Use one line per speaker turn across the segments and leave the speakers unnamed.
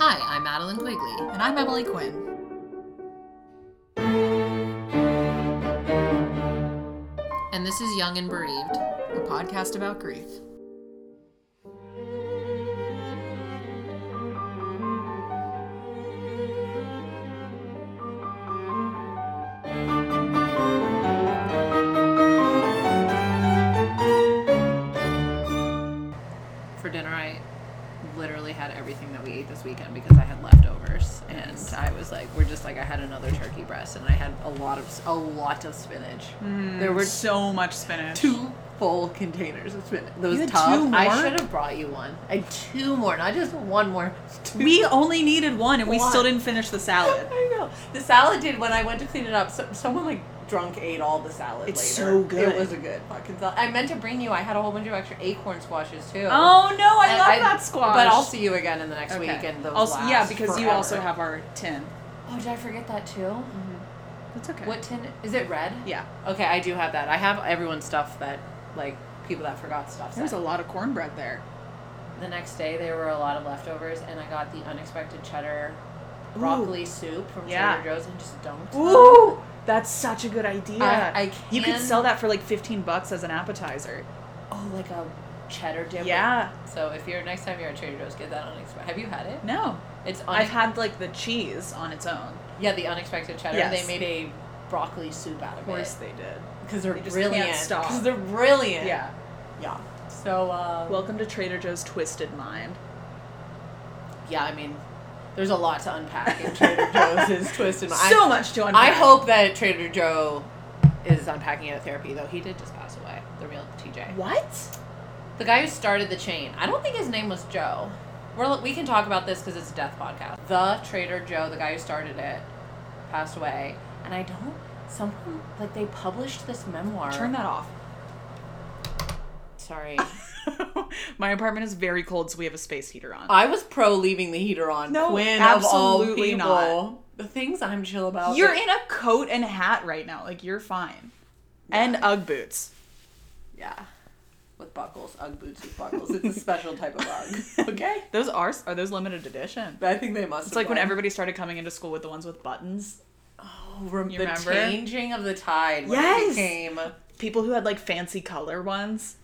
Madeline Quigley.
And I'm Emily Quinn.
And this is Young and Bereaved.
a podcast about grief.
For dinner, I literally had everything that we ate this weekend because I had leftovers, and I was like, we're just like I had another turkey breast, and I had a lot of a lot of spinach. There were
so much spinach.
two full containers of spinach. Those
You had
tubs.
two more?
I should have brought you one. I had two more, not just one more. Two.
We only needed one, and we
One.
still didn't finish the salad.
I know. The salad did when I went to clean it up. So, someone like drunk ate all the salad.
It's
later.
so good.
It was a good fucking salad. I meant to bring you. I had a whole bunch of extra acorn squashes too.
Oh no, I
And
love
I-
that squash.
But I'll see you again in the next
Okay.
week and those
also,
last
yeah, because you
forever.
also have our tin.
Oh, did I forget that too?
That's okay.
What tin is it? Red.
Yeah,
Okay, I do have that. I have everyone's stuff that like people that forgot stuff.
there's a
sent.
lot of cornbread there.
the next day there were a lot of leftovers, and I got the unexpected cheddar broccoli soup from
Yeah.
Trader Joe's and just dunked. them.
Ooh, that's such a good idea.
I- I
you could
can-
sell that for like fifteen bucks as an appetizer.
Oh, like a cheddar dip.
Yeah.
So if you're next time you're at Trader Joe's, get that unexpected. Have you had it?
No,
It's on.
I've had like the cheese on its own.
yeah, the unexpected cheddar.
Yes.
They made a broccoli soup out of,
Of course
it
they did.
because they're
They just can't
brilliant.
stop.
Because they're brilliant.
Yeah.
Yeah. So, uh, well,
Welcome to Trader Joe's Twisted Mind.
yeah, I mean, there's a lot to unpack in Trader Joe's twisted. Mind.
so much to unpack.
I, I hope that Trader Joe is unpacking it at therapy, though. He did just pass away, the real TJ.
What?
The guy who started the chain. I don't think his name was Joe. We're, we can talk about this because it's a death podcast. The Trader Joe, the guy who started it, passed away. And I don't, someone, like, they published this memoir.
Turn that off.
Sorry.
My apartment is very cold, so we have a space heater on.
I was pro leaving the heater on.
No,
Quinn,
absolutely
of all people. The things I'm chill about.
You're in a coat and hat right now. Like you're fine. And UGG boots.
Yeah. With buckles, Ugg boots with buckles. It's a special type of Ugg. Okay.
Those are are those limited edition?
I think they must.
It's like when everybody started coming into school with the ones with buttons.
the
you remember?
changing of the tide. When
Yes!
It became
People who had like fancy color ones.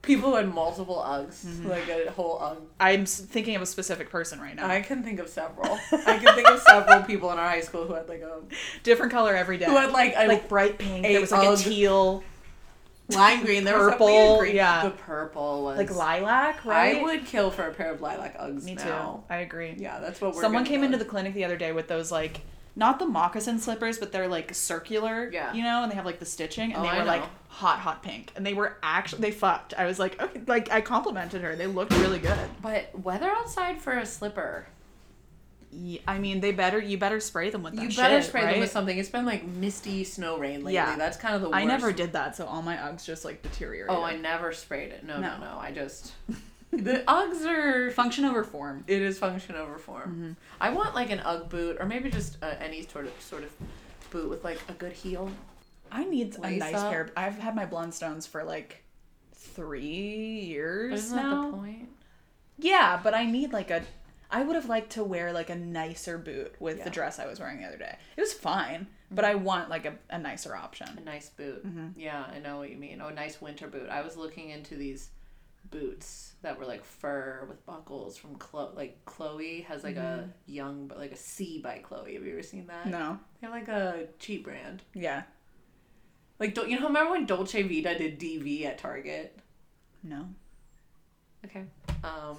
people had multiple Uggs,
Mm-hmm.
like a whole Ugg.
I'm s- thinking of a specific person right now.
I can think of several. I can think of several people in our high school who had like a
Different color every day.
who had like a
like bright pink.
a
There was like a
Ugg.
teal,
lime green. There was something
purple,
in green.
yeah.
the purple was
like lilac. Right.
I would kill for a pair of lilac Uggs.
Me too.
now.
I agree.
Yeah, that's what we're.
Someone
gonna
came
go.
into the clinic the other day with those like not the moccasin slippers, but they're like circular,
Yeah.
you know, and they have like the stitching, and
Oh,
they
I
were like
know.
hot, hot pink, and they were actually they fucked. I was like, okay, like I complimented her. They looked really good.
But weather outside for a slipper.
Ye- I mean, they better you better spray them with that
You better
shit,
spray
right?
them with something. It's been like misty snow rain lately.
Yeah.
That's kind of the worst.
I never did that, so all my Uggs just like deteriorated.
Oh, I never sprayed it. No, no,
No.
no. I just the Uggs are.
function over form.
It is function over form. I want like an Ugg boot, or maybe just uh, any sort of sort of boot with like a good heel.
I need a
Lace
nice
up.
pair. I've had my Blundstones for like three years
Isn't
now.
that the point?
Yeah, but I need like a. I would have liked to wear like a nicer boot with
Yeah. Mm-hmm.
the dress I was wearing the other day. It was fine, but I want like a, a nicer
A
option.
nice boot.
Mm-hmm.
Yeah, I know what you mean. Oh, a nice winter boot. I was looking into these boots that were like fur with buckles from Chloe. Like Chloe has like a young, but like a C by Chloe. Have you ever seen that?
Mm-hmm. No.
They're like a cheap brand.
Yeah.
Like, do you know, remember when Dolce Vita did DV at Target?
No.
Okay. Um,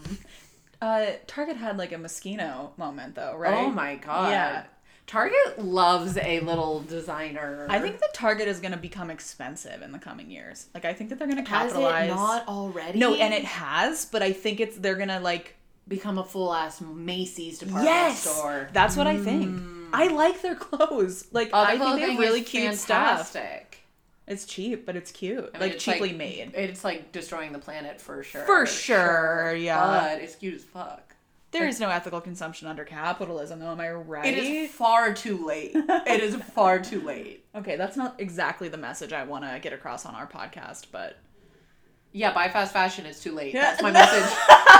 Uh, Target had like a Moschino moment though, right?
Oh my god.
Yeah.
Target loves a little designer.
I think that Target is going to become expensive in the coming years. Like I think that they're going to
has it
capitalize.
not already?
no, and it has, but I think it's they're going to like
become a full ass Macy's department
yes.
store. Hmm.
That's what I think. I like their clothes. Like
Oh,
I
the
think they
clothing
have really
is
cute stuff.
fantastic.
It's cheap, but it's cute.
I mean,
like
it's
cheaply made.
It's like destroying the planet for sure.
For sure, yeah.
But it's cute as fuck.
There is no ethical consumption under capitalism, though. Am I right?
It is far too late. it is far too late.
Okay, that's not exactly the message I want to get across on our podcast, but
Yeah, buy fast fashion. It's too late.
Yeah.
That's my message.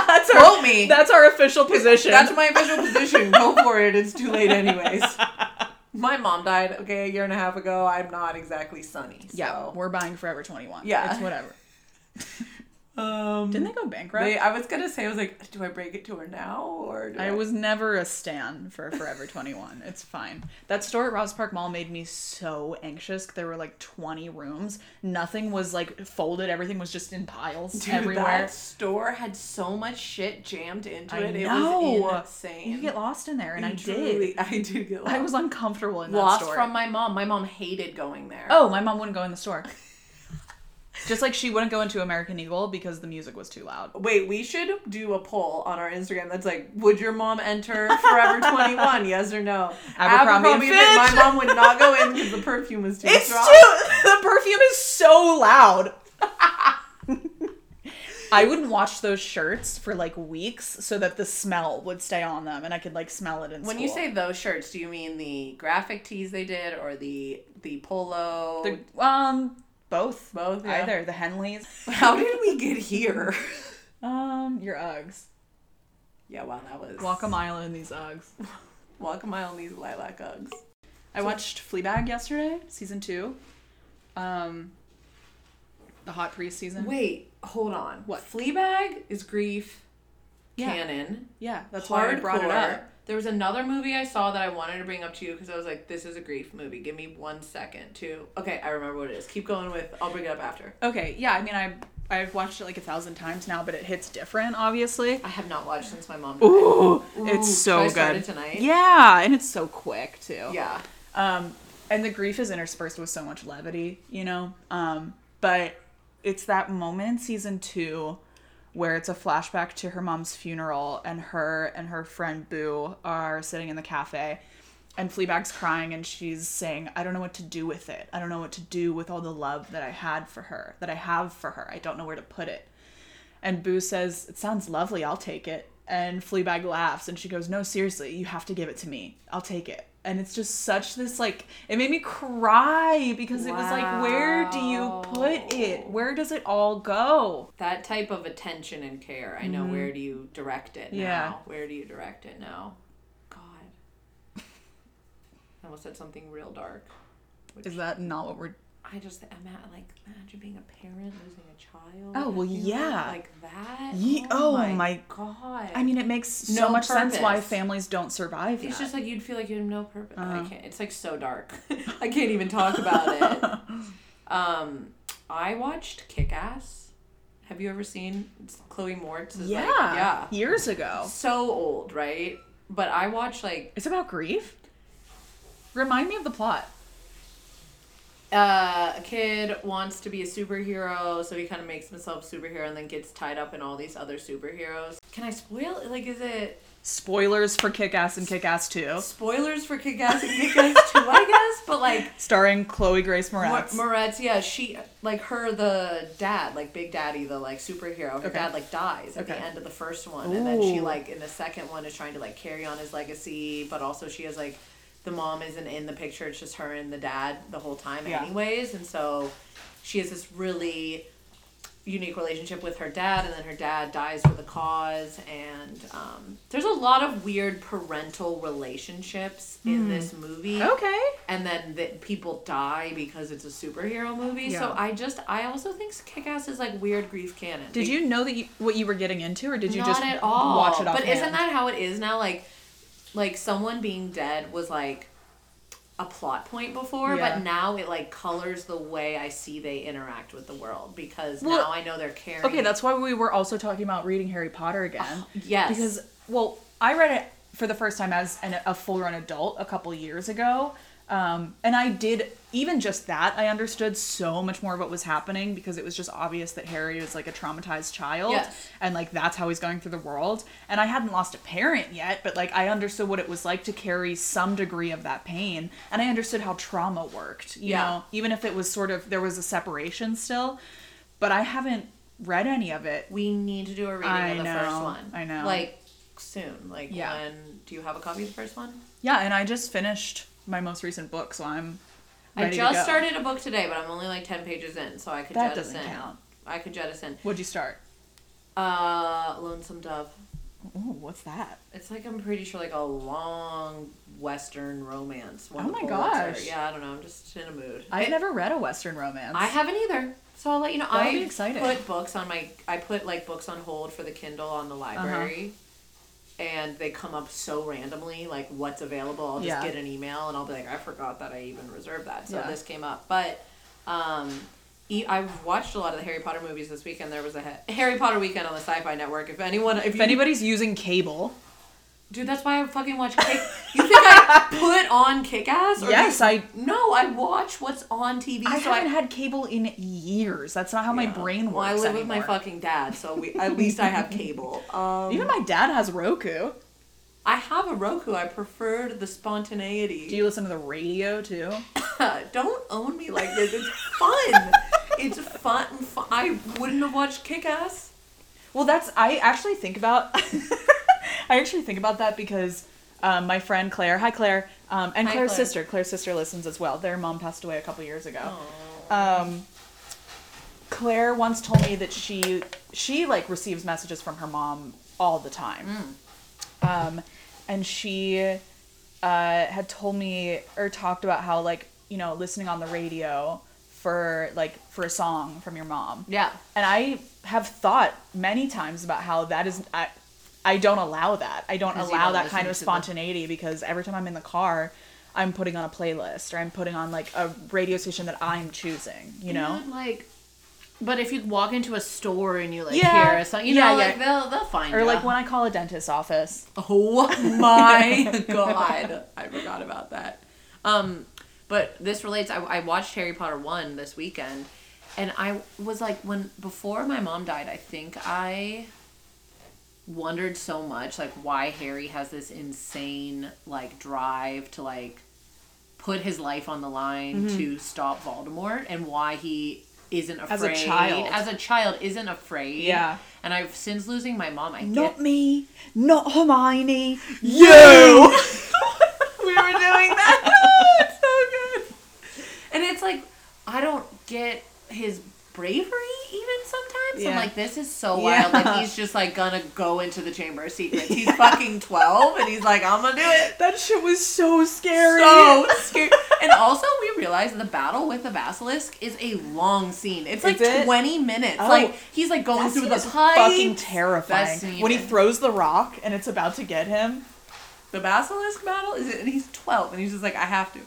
that's our
Quote me.
that's our official position.
That's my official position. Go for it. It's too late, anyways. My mom died, okay, a year and a half ago. I'm not exactly sunny. So.
yeah, we're buying Forever 21.
Yeah.
It's whatever.
Um,
Didn't they go bankrupt?
they- I was going to say, I was like, do I break it to her now? or do
I was never a stan for Forever 21. It's fine. That store at Ross Park Mall made me so anxious. There were like 20 rooms. Nothing was like folded. Everything was just in piles
Dude,
everywhere.
that store had so much shit jammed into
I
it. It
know.
was insane.
You get lost in there, and I did.
Truly- I did get lost.
I was uncomfortable in that
lost
store.
from my mom. My mom hated going there.
oh, my mom wouldn't go in the store. just like she wouldn't go into American Eagle because the music was too loud.
Wait, we should do a poll on our Instagram that's like, would your mom enter Forever 21? yes or no?
Abercrombie and Fitch.
My mom would not go in because the perfume was too
It's
strong.
too. The perfume is so loud. I would watch those shirts for like weeks so that the smell would stay on them and I could like smell it in
when you
school.
say those shirts, do you mean the graphic tees they did or the the polo?
the um both
both. yeah.
either the Henleys
How did we get here?
um your Uggs
yeah, wow, that was
walk a mile in these Uggs.
walk a mile in these lilac Uggs.
I watched Fleabag yesterday season two, um the hot priest season.
Wait, hold on.
What?
Fleabag is grief
Yeah.
canon.
Yeah, that's
Hardcore.
why I brought it up.
There was another movie I saw that I wanted to bring up to you because I was like, this is a grief movie. Give me one second to. Okay, I remember what it is. Keep going with. I'll bring it up after.
Okay, yeah, I mean I I've watched it like a thousand times now, but it hits different obviously.
I have not watched since my mom. Died.
Ooh,
Ooh,
it's
should I
so
start
good.
it tonight?
Yeah, and it's so quick too.
Yeah.
Um, and the grief is interspersed with so much levity, you know. Um, but it's that moment in season two where it's a flashback to her mom's funeral, and her and her friend Boo are sitting in the cafe. And Fleabag's crying, and she's saying, "I don't know what to do with it. I don't know what to do with all the love that I had for her, that I have for her. I don't know where to put it." And Boo says, It sounds lovely, I'll take it. And Fleabag laughs and she goes, No, seriously, you have to give it to me. I'll take it. And it's just such this like it made me cry because it was like, where do you put it? Where does it all go?
That type of attention and care. I know. Where do you direct it now?
Yeah.
Where do you direct it now? God. I almost said something real dark.
Is that not what we're
I just am at like imagine being a parent losing a child.
Oh, well,
I feel
yeah.
Like that.
Ye- oh my-
god.
I mean it makes so
No
much sense why
purpose.
families don't survive.
It's
that.
just like you'd feel like you have no purpose. I
Uh-huh.
can't. It's like so dark. I can't even talk about it. Um, I watched Kick Ass. Have you ever seen it's Chloe Moritz? Is
yeah,
Like, yeah.
Years ago.
So old, right? But I watched like
It's about grief. Remind me of the plot.
uh, a kid wants to be a superhero, so he kind of makes himself a superhero and then gets tied up in all these other superheroes. Can I spoil? it? Like, is it
Spoilers for Kick Ass and Kick Ass 2,
spoilers for Kick Ass and Kick Ass 2, I guess? But like,
starring Chloe Grace
Mor-
Moretz.
Moretz, yeah, she like her the dad, like Big Daddy, the like superhero. Her
Okay.
dad like dies at the
Okay.
end of the first one, and then she
Ooh.
like in the second one is trying to like carry on his legacy, but also she has like the mom isn't in the picture. It's just her and the dad the whole time,
Yeah.
anyways, and so she has this really unique relationship with her dad and then her dad dies with a cause and um, there's a lot of weird parental relationships in this movie
Hmm. okay.
and then that people die because it's a superhero movie. So
Yeah.
I just I also think Kick Ass is like weird grief canon.
Did you know that you, what you were getting into, or did you
Not
just
at all.
watch it off?
But isn't that how it is now? Like, like someone being dead was like a plot point before,
Yeah.
but now it like colors the way I see they interact with the world because
Well,
now I know they're caring.
okay? That's why we were also talking about reading Harry Potter again.
Oh, yes.
Because well, I read it for the first time as an, a full-grown adult a couple years ago, um, and I did even just that. I understood so much more of what was happening because it was just obvious that Harry was like a traumatized child,
Yes.
and like that's how he's going through the world. And I hadn't lost a parent yet, but like I understood what it was like to carry some degree of that pain, and I understood how trauma worked. You
Yeah.
know, even if it was sort of there was a separation still, but I haven't read any of it
we need to do a reading
I
of the first
know,
one.
I know.
Like soon. Like
Yeah.
when do you have a copy of the first one?
Yeah, and I just finished my most recent book, so I'm.
I
ready to
just
go.
started a book today, but I'm only like ten pages in, so I could
That
jettison.
doesn't count.
I could jettison.
What'd you start?
Uh, Lonesome Dove.
Ooh, what's that?
It's like I'm pretty sure like a long Western romance.
Oh my
Wonderful
gosh.
Woods, or- Yeah, I don't know. I'm just in a mood.
I've
It-
never read a Western romance.
I haven't either. So I'll let you know.
That'll
I
be exciting.
put books on my. I put like books on hold for the Kindle on the
Uh-huh.
library, and they come up so randomly. Like what's available, I'll just
Yeah.
get an email, and I'll be like, I forgot that I even reserved that. So
Yeah.
this came up, but. um e- I've watched a lot of the Harry Potter movies this weekend. There was a ha- Harry Potter weekend on the Sci-Fi Network. If anyone, if,
if
you
anybody's using cable,
Dude, that's why I fucking watch Kick. You think I put on Kick Ass?
Yes, I-
No, I watch what's on TV.
I
so
haven't had cable in years. That's not how my
Yeah.
brain works.
Well, I live with my
anymore.
fucking dad, so we at least I have cable. Um,
Even my dad has Roku.
I have a Roku. I preferred the spontaneity.
Do you listen to the radio too?
Don't own me like this. It's fun. it's fun, fun. I wouldn't have watched Kick Ass.
Well, that's I actually think about. I actually think about that because um, my friend Claire, hi Claire, um, and
Hi,
Claire's
Claire.
sister, Claire's sister listens as well. Their mom passed away a couple years ago. Um, Claire once told me that she she like receives messages from her mom all the time,
Mm.
um, and she uh, had told me or talked about how like you know listening on the radio for like for a song from your mom
Yeah.
and I have thought many times about how that is. I, I don't allow that. I don't
'Cause you
allow
don't
that kind
listen
of
to the-
spontaneity because every time I'm in the car, I'm putting on a playlist or I'm putting on like a radio station that I'm choosing. You know?
like. But if you walk into a store and you like
Yeah. hear a song- you Yeah, know, yeah. like,
they'll they'll find
Or like when I call a dentist's office.
Oh my god, I forgot about that. Um, but this relates. I, I watched Harry Potter one this weekend, and I was like, when before my mom died, I think I wondered so much like why Harry has this insane like drive to like put his life on the line
Mm-hmm.
to stop Voldemort and why he isn't afraid
As a child.
as a child isn't afraid
Yeah.
and I've since losing my mom I get
Not me. Not Hermione. You.
we were doing that. Oh, it's so good. And it's like I don't get his bravery even sometimes. I'm
Yeah.
like, this is so
Yeah.
wild. Like he's just like gonna go into the chamber of secrets. He's fucking twelve, and he's like, I'm gonna do it.
that shit was so scary.
So scary. And also, we realized the battle with the basilisk is a long scene. It's like
Is it?
twenty minutes.
Oh.
like he's like going
That
through
scene
the
is
pipes.
fucking
That
terrifying.
scene
When he
is-
throws the rock and it's about to get him.
the basilisk battle is it and he's 12 and he's just like i have to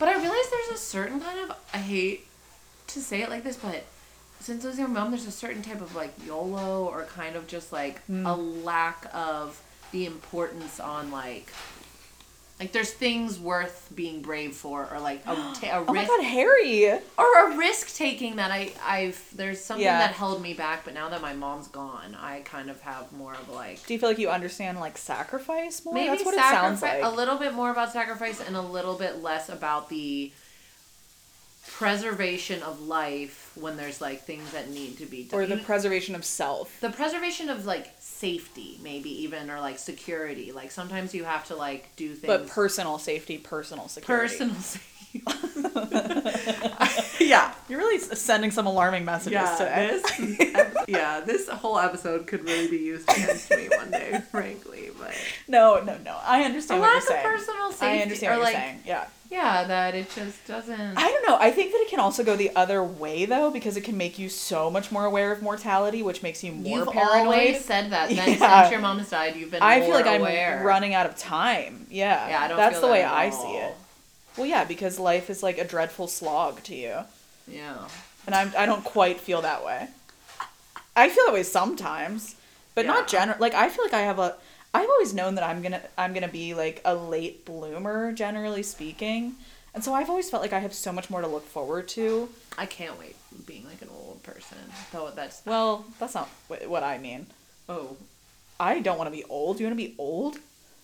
but i realize there's a certain kind of i hate to say it like this but since losing my mom there's a certain type of like yolo or kind of just like
Hmm.
a lack of the importance on like like there's things worth being brave for or like a, ta- a
Oh my
risk
god, Harry.
or a risk taking that i i've there's something
Yeah.
that held me back but now that my mom's gone i kind of have more of like
Do you feel like you understand like sacrifice more?
Maybe
That's what
sacrifice,
it sounds like.
a little bit more about sacrifice and a little bit less about the preservation of life when there's like things that need to be done.
or the preservation of self.
the preservation of like safety, maybe even or like security. Like sometimes you have to like do things.
But personal safety, personal security.
personal safety.
yeah. You're really s- sending some alarming messages today.
this yeah, this whole episode could really be used against me one day, frankly. But
No, no, no. I
a
understand what
lack
you're saying.
of personal safety,
I understand
or
what
like
you're saying. Yeah.
yeah, that it just doesn't.
I don't know. I think that it can also go the other way though, because it can make you so much more aware of mortality, which makes you more
You've
paranoid.
always said that. Then
Yeah.
since your mom has died, you've been.
I
more
feel like
aware.
I'm running out of time. Yeah.
Yeah, I don't.
That's the
feel that
way
at
I
all.
see it. Well, yeah, because life is like a dreadful slog to you.
Yeah.
and I'm, I don't quite feel that way. I feel that way sometimes, but not
Yeah.
general. Like I feel like I have a. I've always known that I'm gonna I'm gonna be like a late bloomer, generally speaking, and so I've always felt like I have so much more to look forward to.
I can't wait being like an old person. Though that's
Well, that's not wh- what I mean.
oh,
I don't want to be old. You want to be old?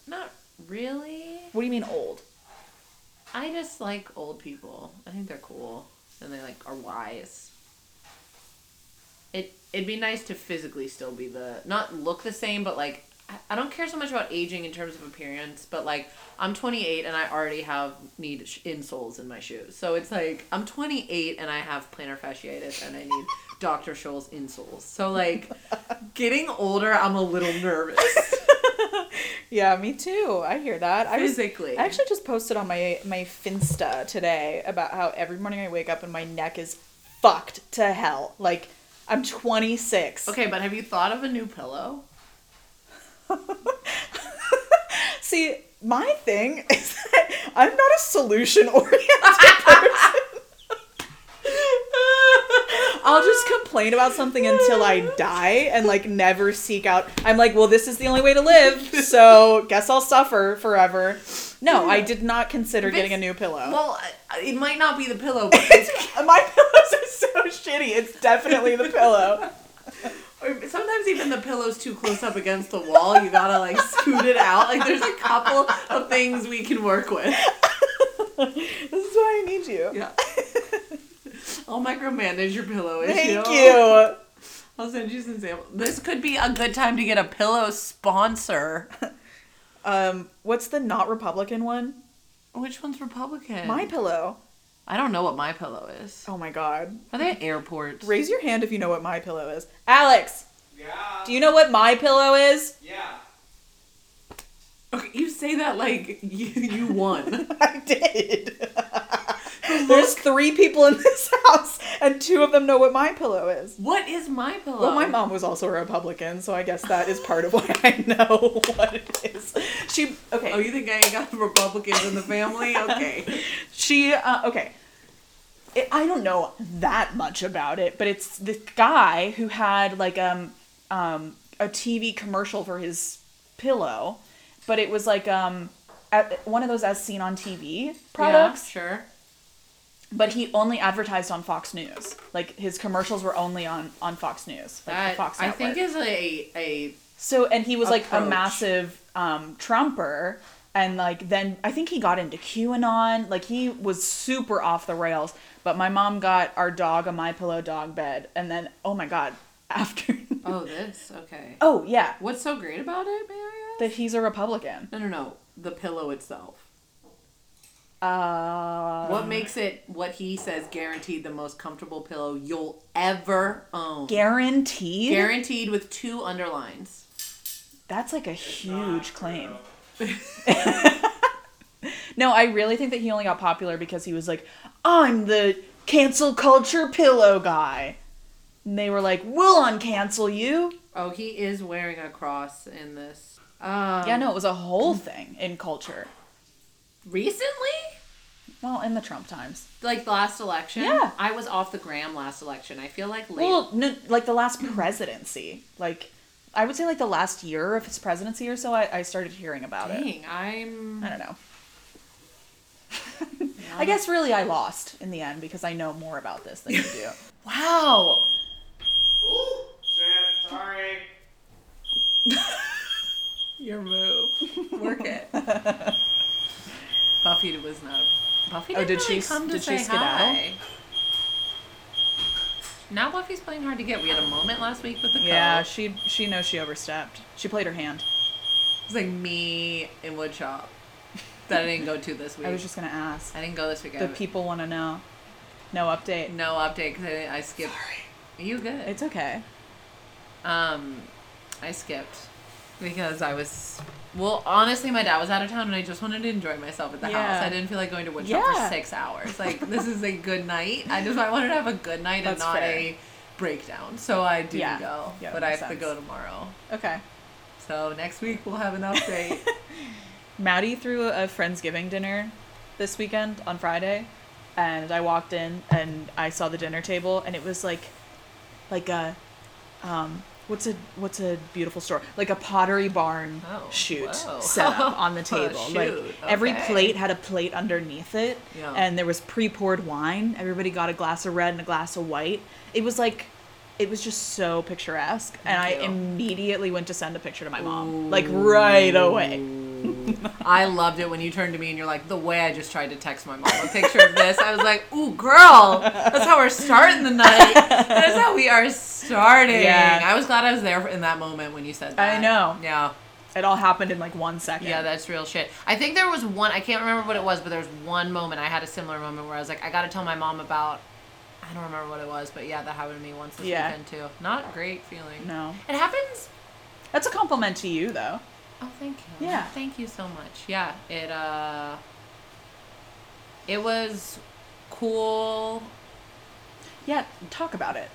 not really.
What do you mean old?
I just like old people. I think they're cool and they like are wise. It it'd be nice to physically still be the not look the same, but like I- I don't care so much about aging in terms of appearance, but like I'm 28 and I already have need sh- insoles in my shoes. So it's like I'm 28 and I have plantar fasciitis and I need Dr. Scholl's insoles. So like getting older, I'm a little nervous.
Yeah, me too. I hear that. I was-
Physically.
I actually just posted on my my Finsta today about how every morning I wake up and my neck is fucked to hell. Like I'm 26.
okay, but have you thought of a new pillow?
See, my thing is that I'm not a solution oriented person. I'll just complain about something until I die and like never seek out. I'm like, well, this is the only way to live, so guess I'll suffer forever. No, I did not consider getting a new pillow.
Well, I- it might not be the pillow, but it's,
My pillows are so shitty. It's definitely the pillow.
or sometimes even the pillow's too close up against the wall. You gotta like scoot it out. Like there's a couple of things we can work with.
This is why I need you.
Yeah. I'll micromanage your pillow issue.
Thank you.
I'll send you some samples. This could be a good time to get a pillow sponsor.
Um, what's the not Republican one?
Which one's Republican?
My pillow.
I don't know what my pillow is.
Oh my god.
Are they at airports?
Raise your hand if you know what my pillow is. Alex,
Yeah.
do you know what my pillow is?
yeah.
Okay, you say that like you, you won.
I did. There's three people in this house, and two of them know what my pillow is.
what is my pillow?
Well, my mom was also a Republican, so I guess that is part of why I know what it is. She okay.
Oh, you think I ain't got Republicans in the family? Okay.
She uh, okay. It, I don't know that much about it, but it's this guy who had like um um a TV commercial for his pillow, but it was like um at one of those as seen on TV products,
Yeah, sure.
but he only advertised on Fox News. Like his commercials were only on on Fox News, like the
That
Fox
I
Network.
think is a a
So and he was like a
approach.
massive um Trumper and like then I think he got into QAnon. Like he was super off the rails. But my mom got our dog a my pillow dog bed and then oh my god, after
oh this okay.
Oh yeah.
What's so great about it, may I ask?
That he's a Republican.
No, no, no. The pillow itself.
Uh
What makes it what he says guaranteed the most comfortable pillow you'll ever own?
guaranteed?
guaranteed with two underlines.
That's like a huge
Not
claim.
true.
No, I really think that he only got popular because he was like, I'm the cancel culture pillow guy. And they were like, We'll uncancel you.
Oh, he is wearing a cross in this. Um,
Yeah, no, it was a whole thing in culture.
Recently?
Well, in the Trump times.
Like the last election?
Yeah.
I was off the gram last election. I feel like late.
Well, no, like the last presidency. Like, I would say like the last year of his presidency or so, I, I started hearing about it.
Dang, I'm.
I don't know. I guess really I lost in the end because I know more about this than you do. wow.
Ooh, shit, sorry.
Your move. Work it. Buffy was not. Buffy
Oh,
didn't
did she
really
s-
come to
did she
say
skedaddle?
hi. Now Buffy's playing hard to get. We had a moment last week with the
Yeah,
coach.
she she knows she overstepped. She played her hand.
It's like me in woodshop that I didn't go to this week.
I was just gonna ask.
I didn't go this week. I
The people want to know. No update.
no update because I, didn't- I skipped. You good?
It's okay.
Um, I skipped because I was. Well, honestly, my dad was out of town, and I just wanted to enjoy myself at the
Yeah.
house. I didn't feel like going to woodshop
Yeah.
for six hours. Like this is a good night. I just I wanted to have a good night and
That's
not
fair.
a breakdown. So I didn't
Yeah.
go,
Yeah, that
but I have
makes
to
sense.
go tomorrow.
Okay.
So next week we'll have an update.
Maddie threw a Friendsgiving dinner this weekend on Friday, and I walked in and I saw the dinner table, and it was like, like a, um, what's a what's a beautiful store like a Pottery Barn
Oh,
shoot
whoa.
set up on the
Oh,
table. like
shoot,
every
okay.
plate had a plate underneath it,
Yeah.
and there was pre poured wine. Everybody got a glass of red and a glass of white. It was like. It was just so picturesque, and I
Thank you.
immediately went to send a picture to my mom, like right away.
I loved it when you turned to me and you're like, the way I just tried to text my mom a picture of this. I was like, ooh, girl, that's how we're starting the night. That's how we are starting.
Yeah.
I was glad I was there in that moment when you said that.
I know.
Yeah.
It all happened in like one second.
Yeah, that's real shit. I think there was one, I can't remember what it was, but there was one moment I had a similar moment where I was like, I got to tell my mom about, I
I don't remember what it was, but yeah, that happened to me once this
Yeah.
weekend too. Not a great feeling.
No.
It happens.
That's a compliment to you, though.
Oh, thank you.
Yeah.
Thank you so much. Yeah. It uh. It was cool.
Yeah, talk about it.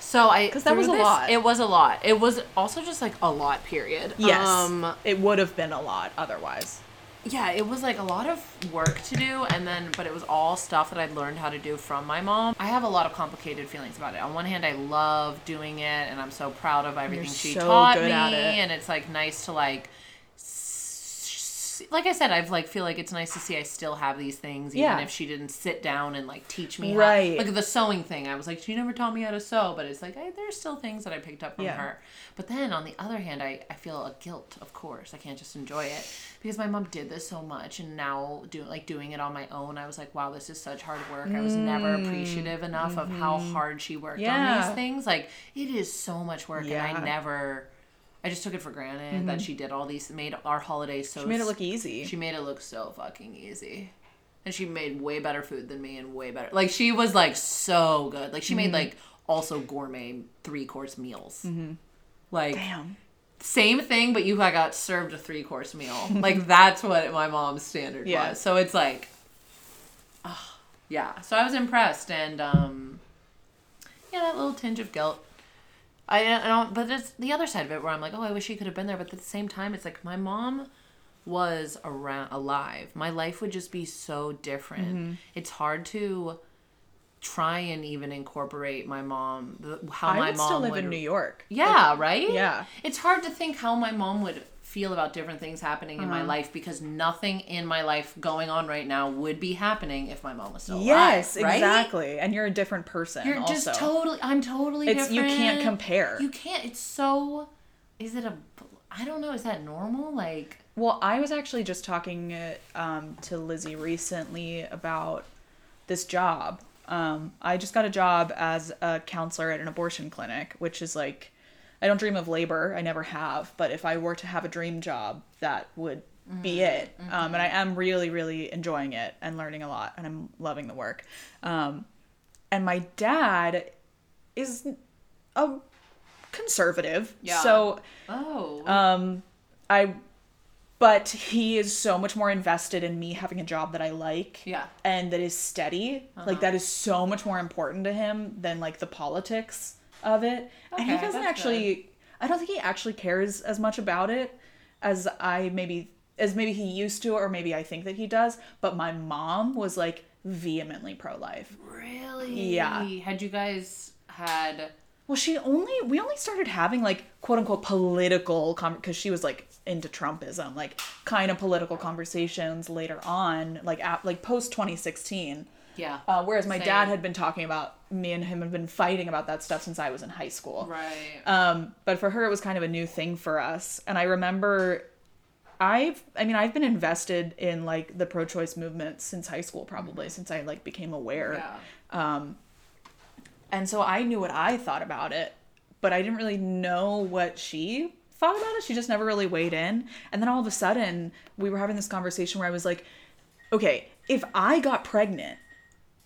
So I
'Cause that was
through
a
this-
lot.
It was a lot. It was also just like a lot. Period.
Yes.
Um,
it would have been a lot otherwise.
yeah, it was like a lot of work to do, and then, but it was all stuff that I'd learned how to do from my mom. I have a lot of complicated feelings about it. On one hand, I love doing it, and I'm so proud of everything she
so
taught
good
me,
at it.
and it's like nice to like. s- Like I said, I've like feel like it's nice to see I still have these things, even
Yeah.
if she didn't sit down and like teach me.
Right.
How, like the sewing thing, I was like, she never taught me how to sew, but it's like I, there's still things that I picked up from
Yeah.
her. But then on the other hand, I, I feel a guilt, of course. I can't just enjoy it because my mom did this so much, and now do like doing it on my own, I was like, wow, this is such hard work. I was never appreciative enough of how hard she worked on
Mm-hmm. Yeah.
these things. Like it is so much work, and
Yeah. Mm-hmm.
I never. I just took it for granted that she did all these, made our holidays so.
She made it look easy.
She made it look so fucking easy. And she made way better food than me and way better. Like she was like so good. Like she made
Mm-hmm.
like also gourmet three course meals. Like
Damn.
same thing, but you like, got served a three course meal. like that's what my mom's standard
Yeah.
was. So it's like, ah, yeah. So I was impressed, and um, yeah, that little tinge of guilt. I, I don't, but it's the other side of it where I'm like, oh, I wish she could have been there. But at the same time, it's like my mom was around alive. My life would just be so different.
Mm-hmm.
It's hard to try and even incorporate my mom, the- how
I
my
would
mom
still live
would
in New York.
yeah, right?
yeah.
It's hard to think how my mom would feel about different things happening in my
Uh-huh.
life because nothing in my life going on right now would be happening if my mom was still alive.
Yes,
right?
exactly. And you're a different person.
You're
also.
just totally I'm totally
It's- you can't
different.
compare.
You can't. It's so is it a I don't know, is that normal? Like
Well, I was actually just talking uh, um, to Lizzie recently about this job. Um, I just got a job as a counselor at an abortion clinic, which is like, I don't dream of labor. I never have. But if I were to have a dream job, that would be it. Um, and I am really, really enjoying it and learning a lot. And I'm loving the work. Um, and my dad is a conservative.
Yeah.
So
oh
um, I, but he is so much more invested in me having a job that I like.
Yeah. Uh-huh.
And that is steady. Like that is so much more important to him than like the politics of it. and he
Okay,
doesn't
that's
actually. I don't think he actually cares as much about it as I maybe as maybe he used to, or maybe I think that he does. But my mom was like vehemently pro life.
really?
yeah.
Had you guys had
Well, she only we only started having like quote unquote political because she was like into Trumpism, like kind of political conversations later on, like at, like post twenty sixteen.
yeah.
Uh, whereas my dad
Same.
had been talking about me and him had been fighting about that stuff since I was in high school.
right.
Um, but for her, it was kind of a new thing for us. And I remember I've, I mean, I've been invested in like the pro choice movement since high school, probably since I like became aware. Um,
yeah.
And so I knew what I thought about it, but I didn't really know what she thought about it. She just never really weighed in. And then all of a sudden, we were having this conversation where I was like, okay, if I got pregnant,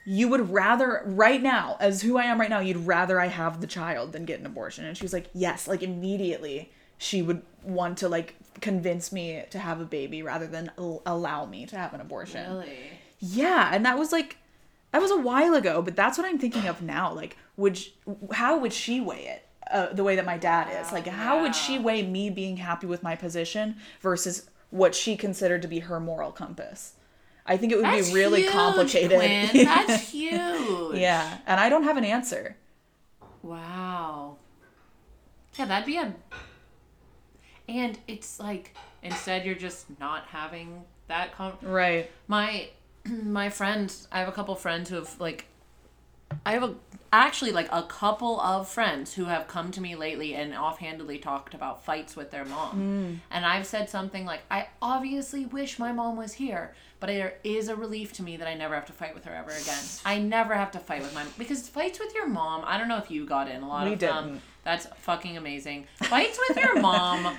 you would rather, right now, as who I am right now, you'd rather I have the child than get an abortion. And she was like, yes, like immediately she would want to like convince me to have a baby rather than al- allow me to have an abortion.
Really.
Yeah, and that was like that was a while ago, but that's what I'm thinking of now. Like, would sh- how would she weigh it? Uh, the way that my dad is. Like, how would she weigh me being happy with my position versus what she considered to be her moral compass? I think it would
That's
be really
huge,
complicated.
Quinn. That's huge.
yeah, and I don't have an answer.
Wow. Yeah, that'd be a. And it's like instead you're just not having that con.
Right.
My my friends, I have a couple friends who have like, I have a actually like a couple of friends who have come to me lately and offhandedly talked about fights with their
Hmm.
mom, and I've said something like, I obviously wish my mom was here, but it is a relief to me that I never have to fight with her ever again. I never have to fight with my because fights with your mom. I don't know if you got in a lot
We
of um, them.
didn't.
That's fucking amazing. Fights with your mom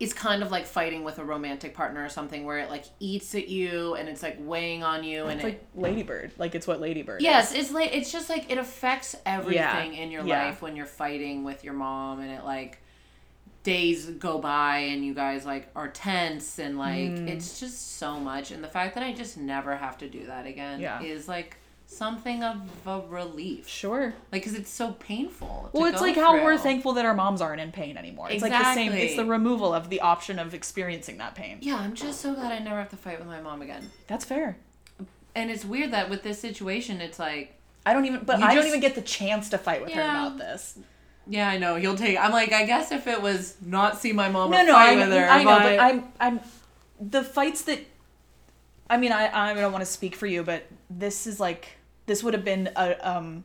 is kind of like fighting with a romantic partner or something where it like eats at you and it's like weighing on you and
It's
it
like Ladybird. Like it's what Ladybird is.
Yes, it's like it's just like it affects everything in your
yeah.
life when you're fighting with your mom and it like days go by and you guys like are tense and like
Mm.
it's just so much and the fact that I just never have to do that again
Yeah.
is like something of a relief.
Sure.
Like cuz it's so painful. to
Well, it's
go
like how we're
through.
thankful that our moms aren't in pain anymore. It's like the same. It's the
Exactly.
removal of the option of experiencing that pain.
Yeah, I'm just so glad I never have to fight with my mom again.
That's fair.
And it's weird that with this situation it's like
I don't even. But
You
I don't
just-
even get the chance to fight with her
Yeah.
about this.
yeah, I know. You'll take. I'm like, I guess if it was not see my mom
No,
or
no,
fight
I,
with her,
I know, but
but-
I'm, I'm, the fights that, I mean, I, I don't want to speak for you, but this is like, this would have been a, um,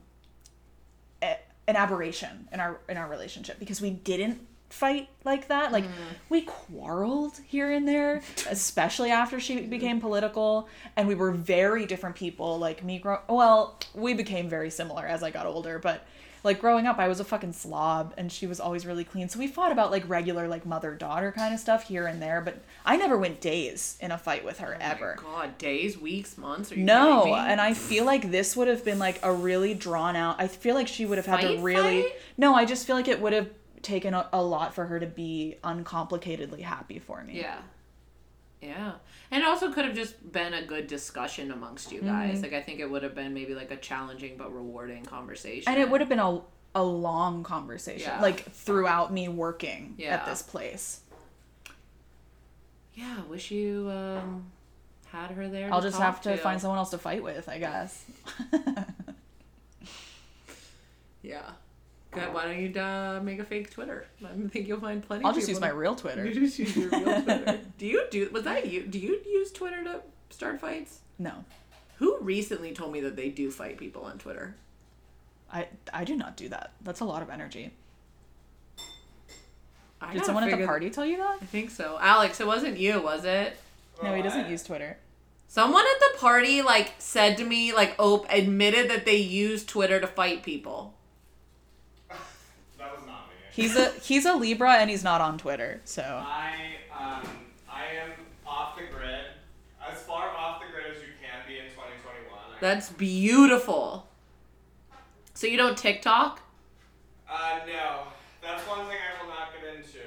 a, an aberration in our in our relationship because we didn't fight like that. Like we quarreled here and there, especially after she became political, and we were very different people. Like me, grow well, we became very similar as I got older, but. Like growing up, I was a fucking slob, and she was always really clean. So we fought about like regular like mother daughter kind of stuff here and there, but I never went days in a fight with her ever.
My God, days, weeks, months? Are you kidding
No,
me?
and I feel like this would have been like a really drawn out. I feel like she would have had to
Fight,
really.
fight?
No, I just feel like it would have taken a, a lot for her to be uncomplicatedly happy for me.
yeah, yeah, and it also could have just been a good discussion amongst you
Mm-hmm.
guys. Like I think it would have been maybe like a challenging but rewarding conversation.
And it would have been a a long conversation,
Yeah.
like throughout me working
Yeah.
at this place.
Yeah, wish you um, had her there.
I'll
to
just
talk
have to find someone else to fight with, I guess.
Yeah. Good. Why don't you uh, make a fake Twitter? I think you'll find plenty.
I'll
of
just use
people
my
to-
real Twitter.
You just use your real Twitter. do you do? Was that you? Do you use Twitter to start fights?
No,
Who recently told me that they do fight people on Twitter?
I I do not do that. That's a lot of energy.
I
Did
gotta
someone at the
figure-
party tell you that?
I think so. Alex, it wasn't you, was it?
No, he
Oh,
doesn't
I-
use Twitter.
Someone at the party like said to me like Ope admitted that they use Twitter to fight people.
That was not me.
He's a he's a Libra and he's not on Twitter, so.
I um I am off the grid, as far off the grid as you can be in 2021. I-
That's beautiful. So you don't TikTok?
uh no, that's one thing I will not get into.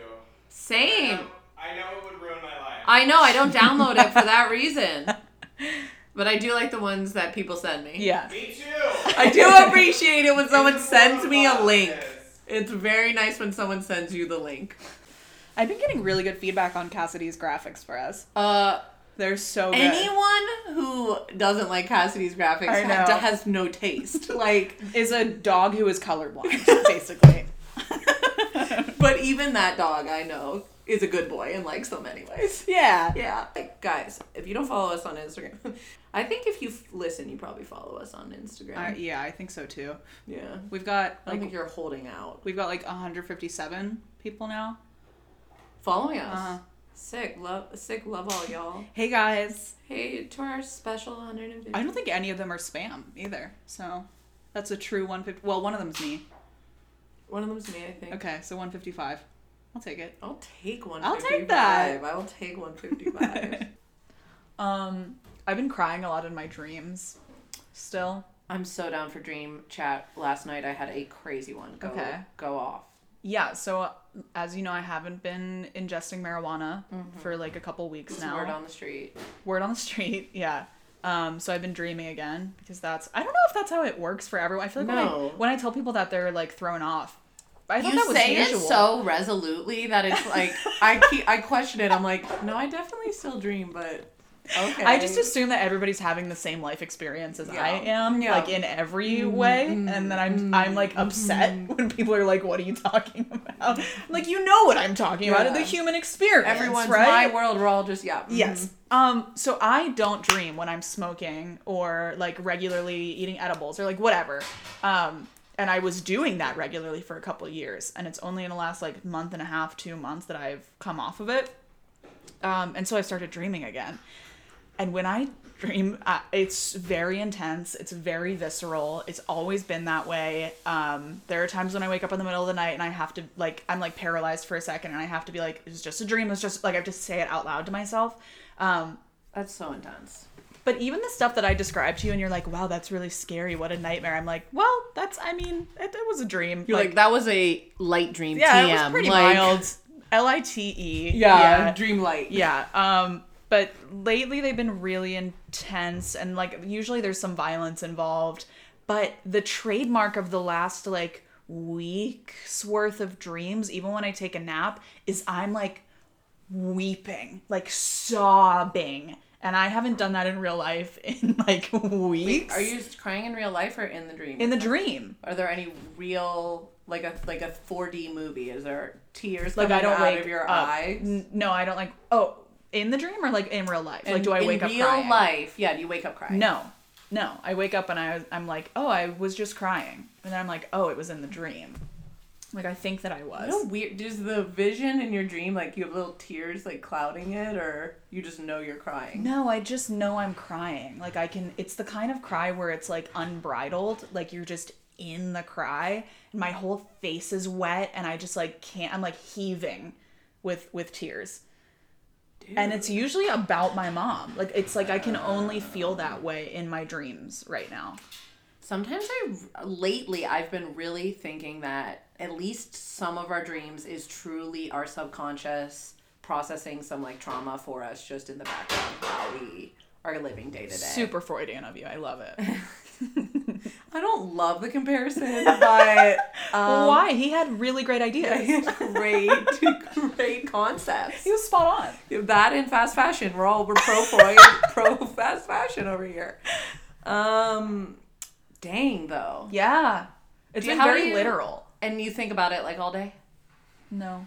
Same.
I know it would ruin my life.
I know I don't download it for that reason. But I do like the ones that people send me.
Yeah.
me too.
I do appreciate it when someone sends me a link. It's very nice when someone sends you the link.
I've been getting really good feedback on Cassidy's graphics for us.
Uh
They're so good.
Anyone who doesn't like Cassidy's graphics
I
ha-
know.
has no taste. Like,
is a dog who is colorblind, basically.
but even that dog I know is a good boy and likes them anyways.
yeah.
Yeah, like, guys, if you don't follow us on Instagram, I think if you f- listen, you probably follow us on Instagram.
I, yeah, I think so too.
yeah,
We've got
Oh
I don't think
like
you're holding out.
we've got like 157 people now.
Following us,
Uh-huh.
sick love, sick love all y'all.
Hey guys,
Hey, to our special 150.
I don't think any of them are spam either. So that's a true 150. Well, one of them's me.
One of them's me, I think.
Okay, so 155. I'll take it.
I'll take one.
I'll take that.
I will take 155.
Um, I've been crying a lot in my dreams. Still.
I'm so down for dream chat. Last night I had a crazy one. Go,
Okay.
Go off.
Yeah, so uh, as you know, I haven't been ingesting marijuana for like a couple weeks now.
Mm-hmm. Word on the street.
word on the street yeah um so i've been dreaming again because that's i don't know if that's how it works for everyone i feel like
No.
when, I, when i tell people that they're like thrown off i thought
you
that was
say
usual
it so resolutely that it's like I keep I question it. I'm like, no, I definitely still dream, but okay.
I just assume that everybody's having the same life experience as I
Yeah.
am,
Yeah. Mm-hmm.
like in every way, and then I'm I'm like upset when people are like, "What are you talking about?" I'm like, "You know what I'm talking about?
Yeah.
The human experience,
everyone's
right?"
my world. We're all just yeah. mhm.
Yes. Um, so I don't dream when I'm smoking or like regularly eating edibles or like whatever. Um, and I was doing that regularly for a couple of years, and it's only in the last like month and a half, two months that I've come off of it. Um, and so I started dreaming again. And when I dream, uh, it's very intense. It's very visceral. It's always been that way. Um, there are times when I wake up in the middle of the night and I have to like I'm like paralyzed for a second and I have to be like it's just a dream. It's just like I have to say it out loud to myself. Um,
That's so intense.
but even the stuff that I described to you and you're like, wow, that's really scary. What a nightmare. I'm like, well, that's I mean, it, it was a dream.
You're like, that was a light dream.
yeah,
TM.
it was pretty
like,
mild. L I T E.
Yeah, dream light.
Yeah. Um, but lately they've been really intense and like usually there's some violence involved. But the trademark of the last like week's worth of dreams, even when I take a nap, is I'm like weeping, like sobbing. And I haven't done that in real life in like weeks.
Are you just crying in real life or in the dream?
in the dream?
Are there any real like a like a 4D movie? Is there tears
Like
coming
I don't
out
wake
of your
up.
eyes?
N- No, I don't like. Oh, in the dream or like in real life? like,
In-
do I wake up
in real
crying?
life? Yeah, do you wake up crying?
No, no. I wake up and I, I'm like, oh, I was just crying, and then I'm like, oh, it was in the dream. Like I think that I was.
What a weird. Does the vision in your dream like you have little tears like clouding it, or you just know you're crying?
No, I just know I'm crying. Like I can. It's the kind of cry where it's like unbridled. Like you're just in the cry, and my whole face is wet, and I just like can't. I'm like heaving with with tears. And it's usually about my mom. Like it's like I can only feel that way in my dreams right now.
Sometimes I lately I've been really thinking that at least some of our dreams is truly our subconscious processing some like trauma for us just in the background while we are living day to day.
Super Freudian of you. I love it.
I don't love the comparison, but um,
Why? He had really great ideas.
great, great concepts.
He was spot on.
That in fast fashion, we're all we're pro Freud, pro fast fashion over here. Um, dang though,
Yeah. it's
Do you-
been
how do
very
you-
literal.
and you think about it like all day.
No.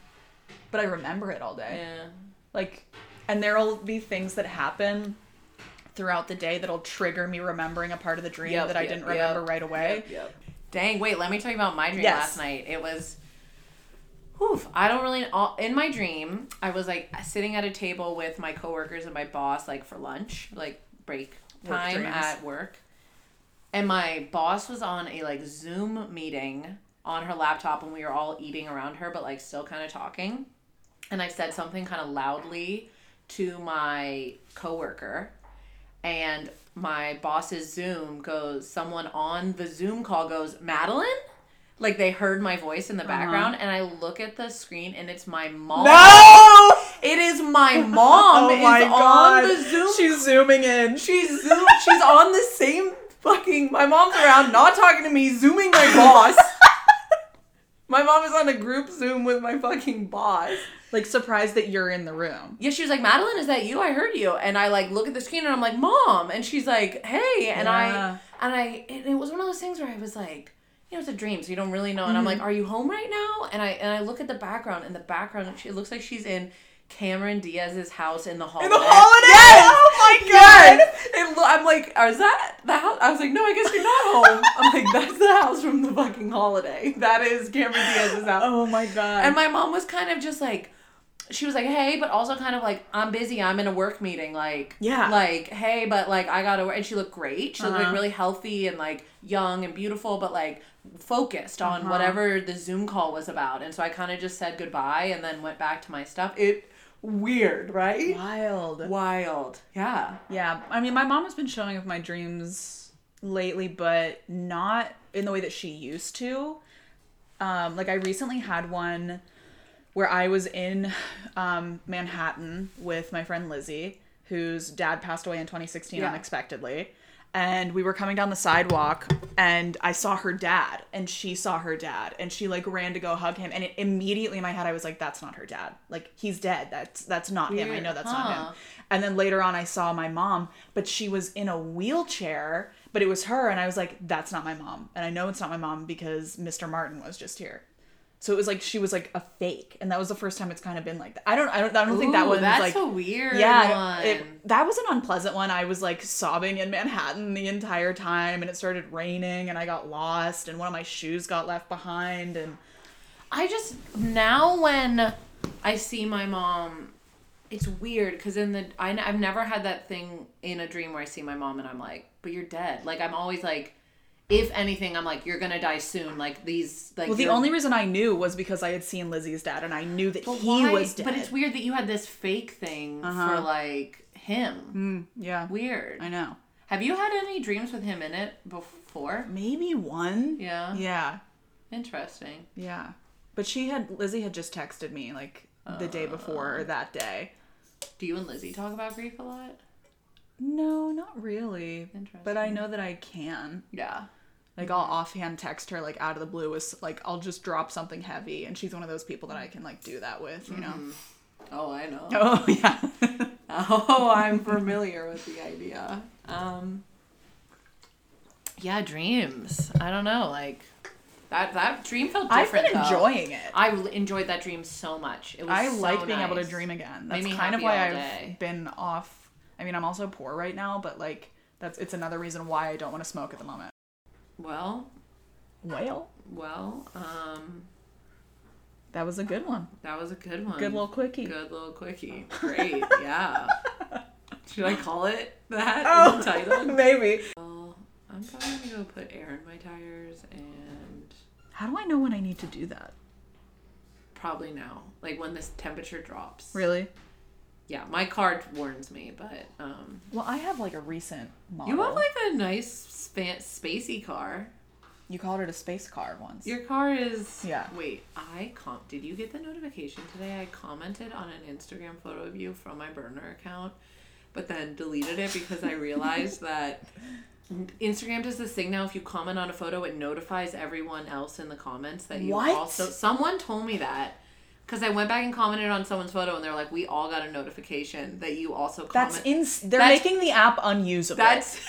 But I remember it all day.
Yeah.
Like, and there'll be things that happen throughout the day that'll trigger me remembering a part of the dream
Yep,
that I
yep,
didn't remember
yep,
right away.
Dang, wait, let me tell you about my dream
Yes.
last night. It was, oof, I don't really, all- in my dream, I was like sitting at a table with my coworkers and my boss, like for lunch, like break
Work
time
dreams.
at work. And my boss was on a like Zoom meeting on her laptop and we were all eating around her, but like still kind of talking. And I said something kind of loudly to my coworker and my boss's Zoom goes, someone on the Zoom call goes, Madeline? Like they heard my voice in the
Uh-huh.
background, and I look at the screen and it's my mom. It is my mom.
Oh
is
my god.
on the Zoom.
She's zooming in.
she's Zoom. She's on the same fucking. My mom's around, not talking to me, zooming my boss. my mom is on a group Zoom with my fucking boss.
Like surprised that you're in the room.
Yeah, she was like, Madeline, is that you? I heard you. And I like look at the screen and I'm like, Mom. And she's like, Hey. And
Yeah.
I and I and it was one of those things where I was like, you know, it's a dream, so you don't really know. And I'm like, Are you home right now? And I and I look at the background and the background, she it looks like she's in Cameron Diaz's house in the hallway. In
Yes! Oh my
Yes! It lo- I'm like, is that the house? I was like, no, I guess you're not home. I'm like, that's the house from the fucking holiday. That is Cameron Diaz's house.
Oh my god.
And my mom was kind of just like, she was like, hey, but also kind of like, I'm busy. I'm in a work meeting. Like,
Yeah.
Like, hey, but like, I gotta work. And she looked great. She looked like
Uh-huh.
really healthy and like young and beautiful, but like focused
Uh-huh.
on whatever the Zoom call was about. And so I kind of just said goodbye and then went back to my stuff. It weird, right?
Wild.
Wild. Yeah.
Yeah, I mean, my mom has been showing up my dreams lately, but not in the way that she used to. Um, like I recently had one where I was in um, Manhattan with my friend Lizzie, whose dad passed away in 2016
Yeah.
unexpectedly. And we were coming down the sidewalk, and I saw her dad, and she saw her dad, and she like ran to go hug him. And it, immediately in my head, I was like, "That's not her dad. Like he's dead. That's that's not him. I
Weird,
know that's
huh.
not him." And then later on, I saw my mom, but she was in a wheelchair, but it was her. And I was like, that's not my mom. And I know it's not my mom because Mr. Martin was just here. So it was like she was like a fake, and that was the first time it's kind of been like that. I don't, I don't, I don't think that
Ooh,
one was
that's
like
a weird
yeah,
one.
it- it- that was an unpleasant one. I was like sobbing in Manhattan the entire time, and it started raining, and I got lost, and one of my shoes got left behind, and
I just now when I see my mom It's weird because in the I, have never had that thing in a dream where I see my mom and I'm like, but you're dead. Like I'm always like, if anything, I'm like, you're gonna die soon. Like these like.
Well, the
you're-
only reason I knew was because I had seen Lizzie's dad, and I knew that
But
he
why-
was dead.
But it's weird that you had this fake thing for like him.
Mm, yeah,
Weird.
I know.
Have you had any dreams with him in it before?
Maybe one.
Yeah.
Yeah,
Interesting.
yeah. But she had Lizzie had just texted me like the day
Uh.
before or that day.
Do you and Lizzie talk about grief a lot?
No, not really.
Interesting.
But I know that I can.
Yeah.
Like I'll offhand text her like out of the blue with like I'll just drop something heavy, and she's one of those people that I can like do that with, you know.
Oh, I know.
Oh yeah.
Oh, I'm familiar with the idea. Um, yeah, dreams. I don't know, like that. That dream felt
I've
different.
been
though.
enjoying it.
I l- enjoyed that dream so much. It was.
I
so
like being able to
nice.
dream again.
Made
That's
me
kind of
happy
why
all
I've
day.
been off. I mean, I'm also poor right now, but like that's it's another reason why I don't want to smoke at the moment.
Well,
Well,
well. Um,
that was a good one.
that was a good one.
Good little quickie.
Um, Good little quickie. Great. Yeah. Should I call it that? Oh, the title.
Maybe.
Well, I'm probably gonna go put air in my tires and.
How do I know when I need to do that?
Probably now, like when this temperature drops.
Really?
Yeah, my card warns me, but um,
Well, I have like a recent model.
you have like a nice span- spacey car.
you called it a space car once.
Your car is
Yeah.
Wait, I com. Did you get the notification today? I commented on an Instagram photo of you from my burner account, but then deleted it because I realized that Instagram does this thing now. If you comment on a photo, it notifies everyone else in the comments that you
What?
also. Someone told me that. Because I went back and commented on someone's photo, and they're like, "We all got a notification that you also
that's
comment."
ins. They're
That's-
making the app unusable.
That's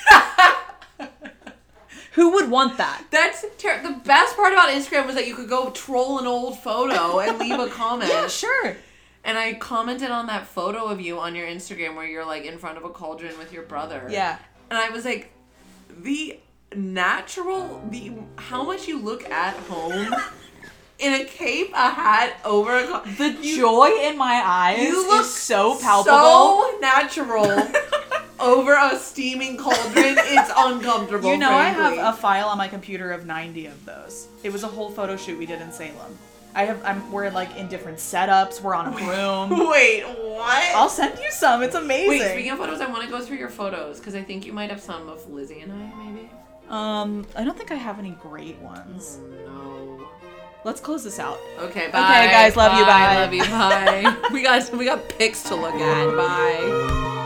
Who would want that?
that's ter- the best part about Instagram was that you could go troll an old photo and leave a comment.
Yeah, sure.
And I commented on that photo of you on your Instagram where you're like in front of a cauldron with your brother.
Yeah.
And I was like, the natural, the how much you look at home in a cape, a hat, over a cau-
The joy in my eyes
You look
is so palpable.
so natural over a steaming cauldron. It's uncomfortable.
You know, I
frankly.
have a file on my computer of 90 of those. It was a whole photo shoot we did in Salem. I have, I'm, we're like in different setups. We're on a room.
Wait, what?
I'll send you some. It's amazing.
Oh Wait, speaking of photos, I want to go through your photos because I think you might have some of Lizzie and I, maybe.
um, I don't think I have any great ones.
No.
Let's close this out.
Okay, bye.
guys, love you, bye.
Love you, bye. we got we got pics to look at. Bye.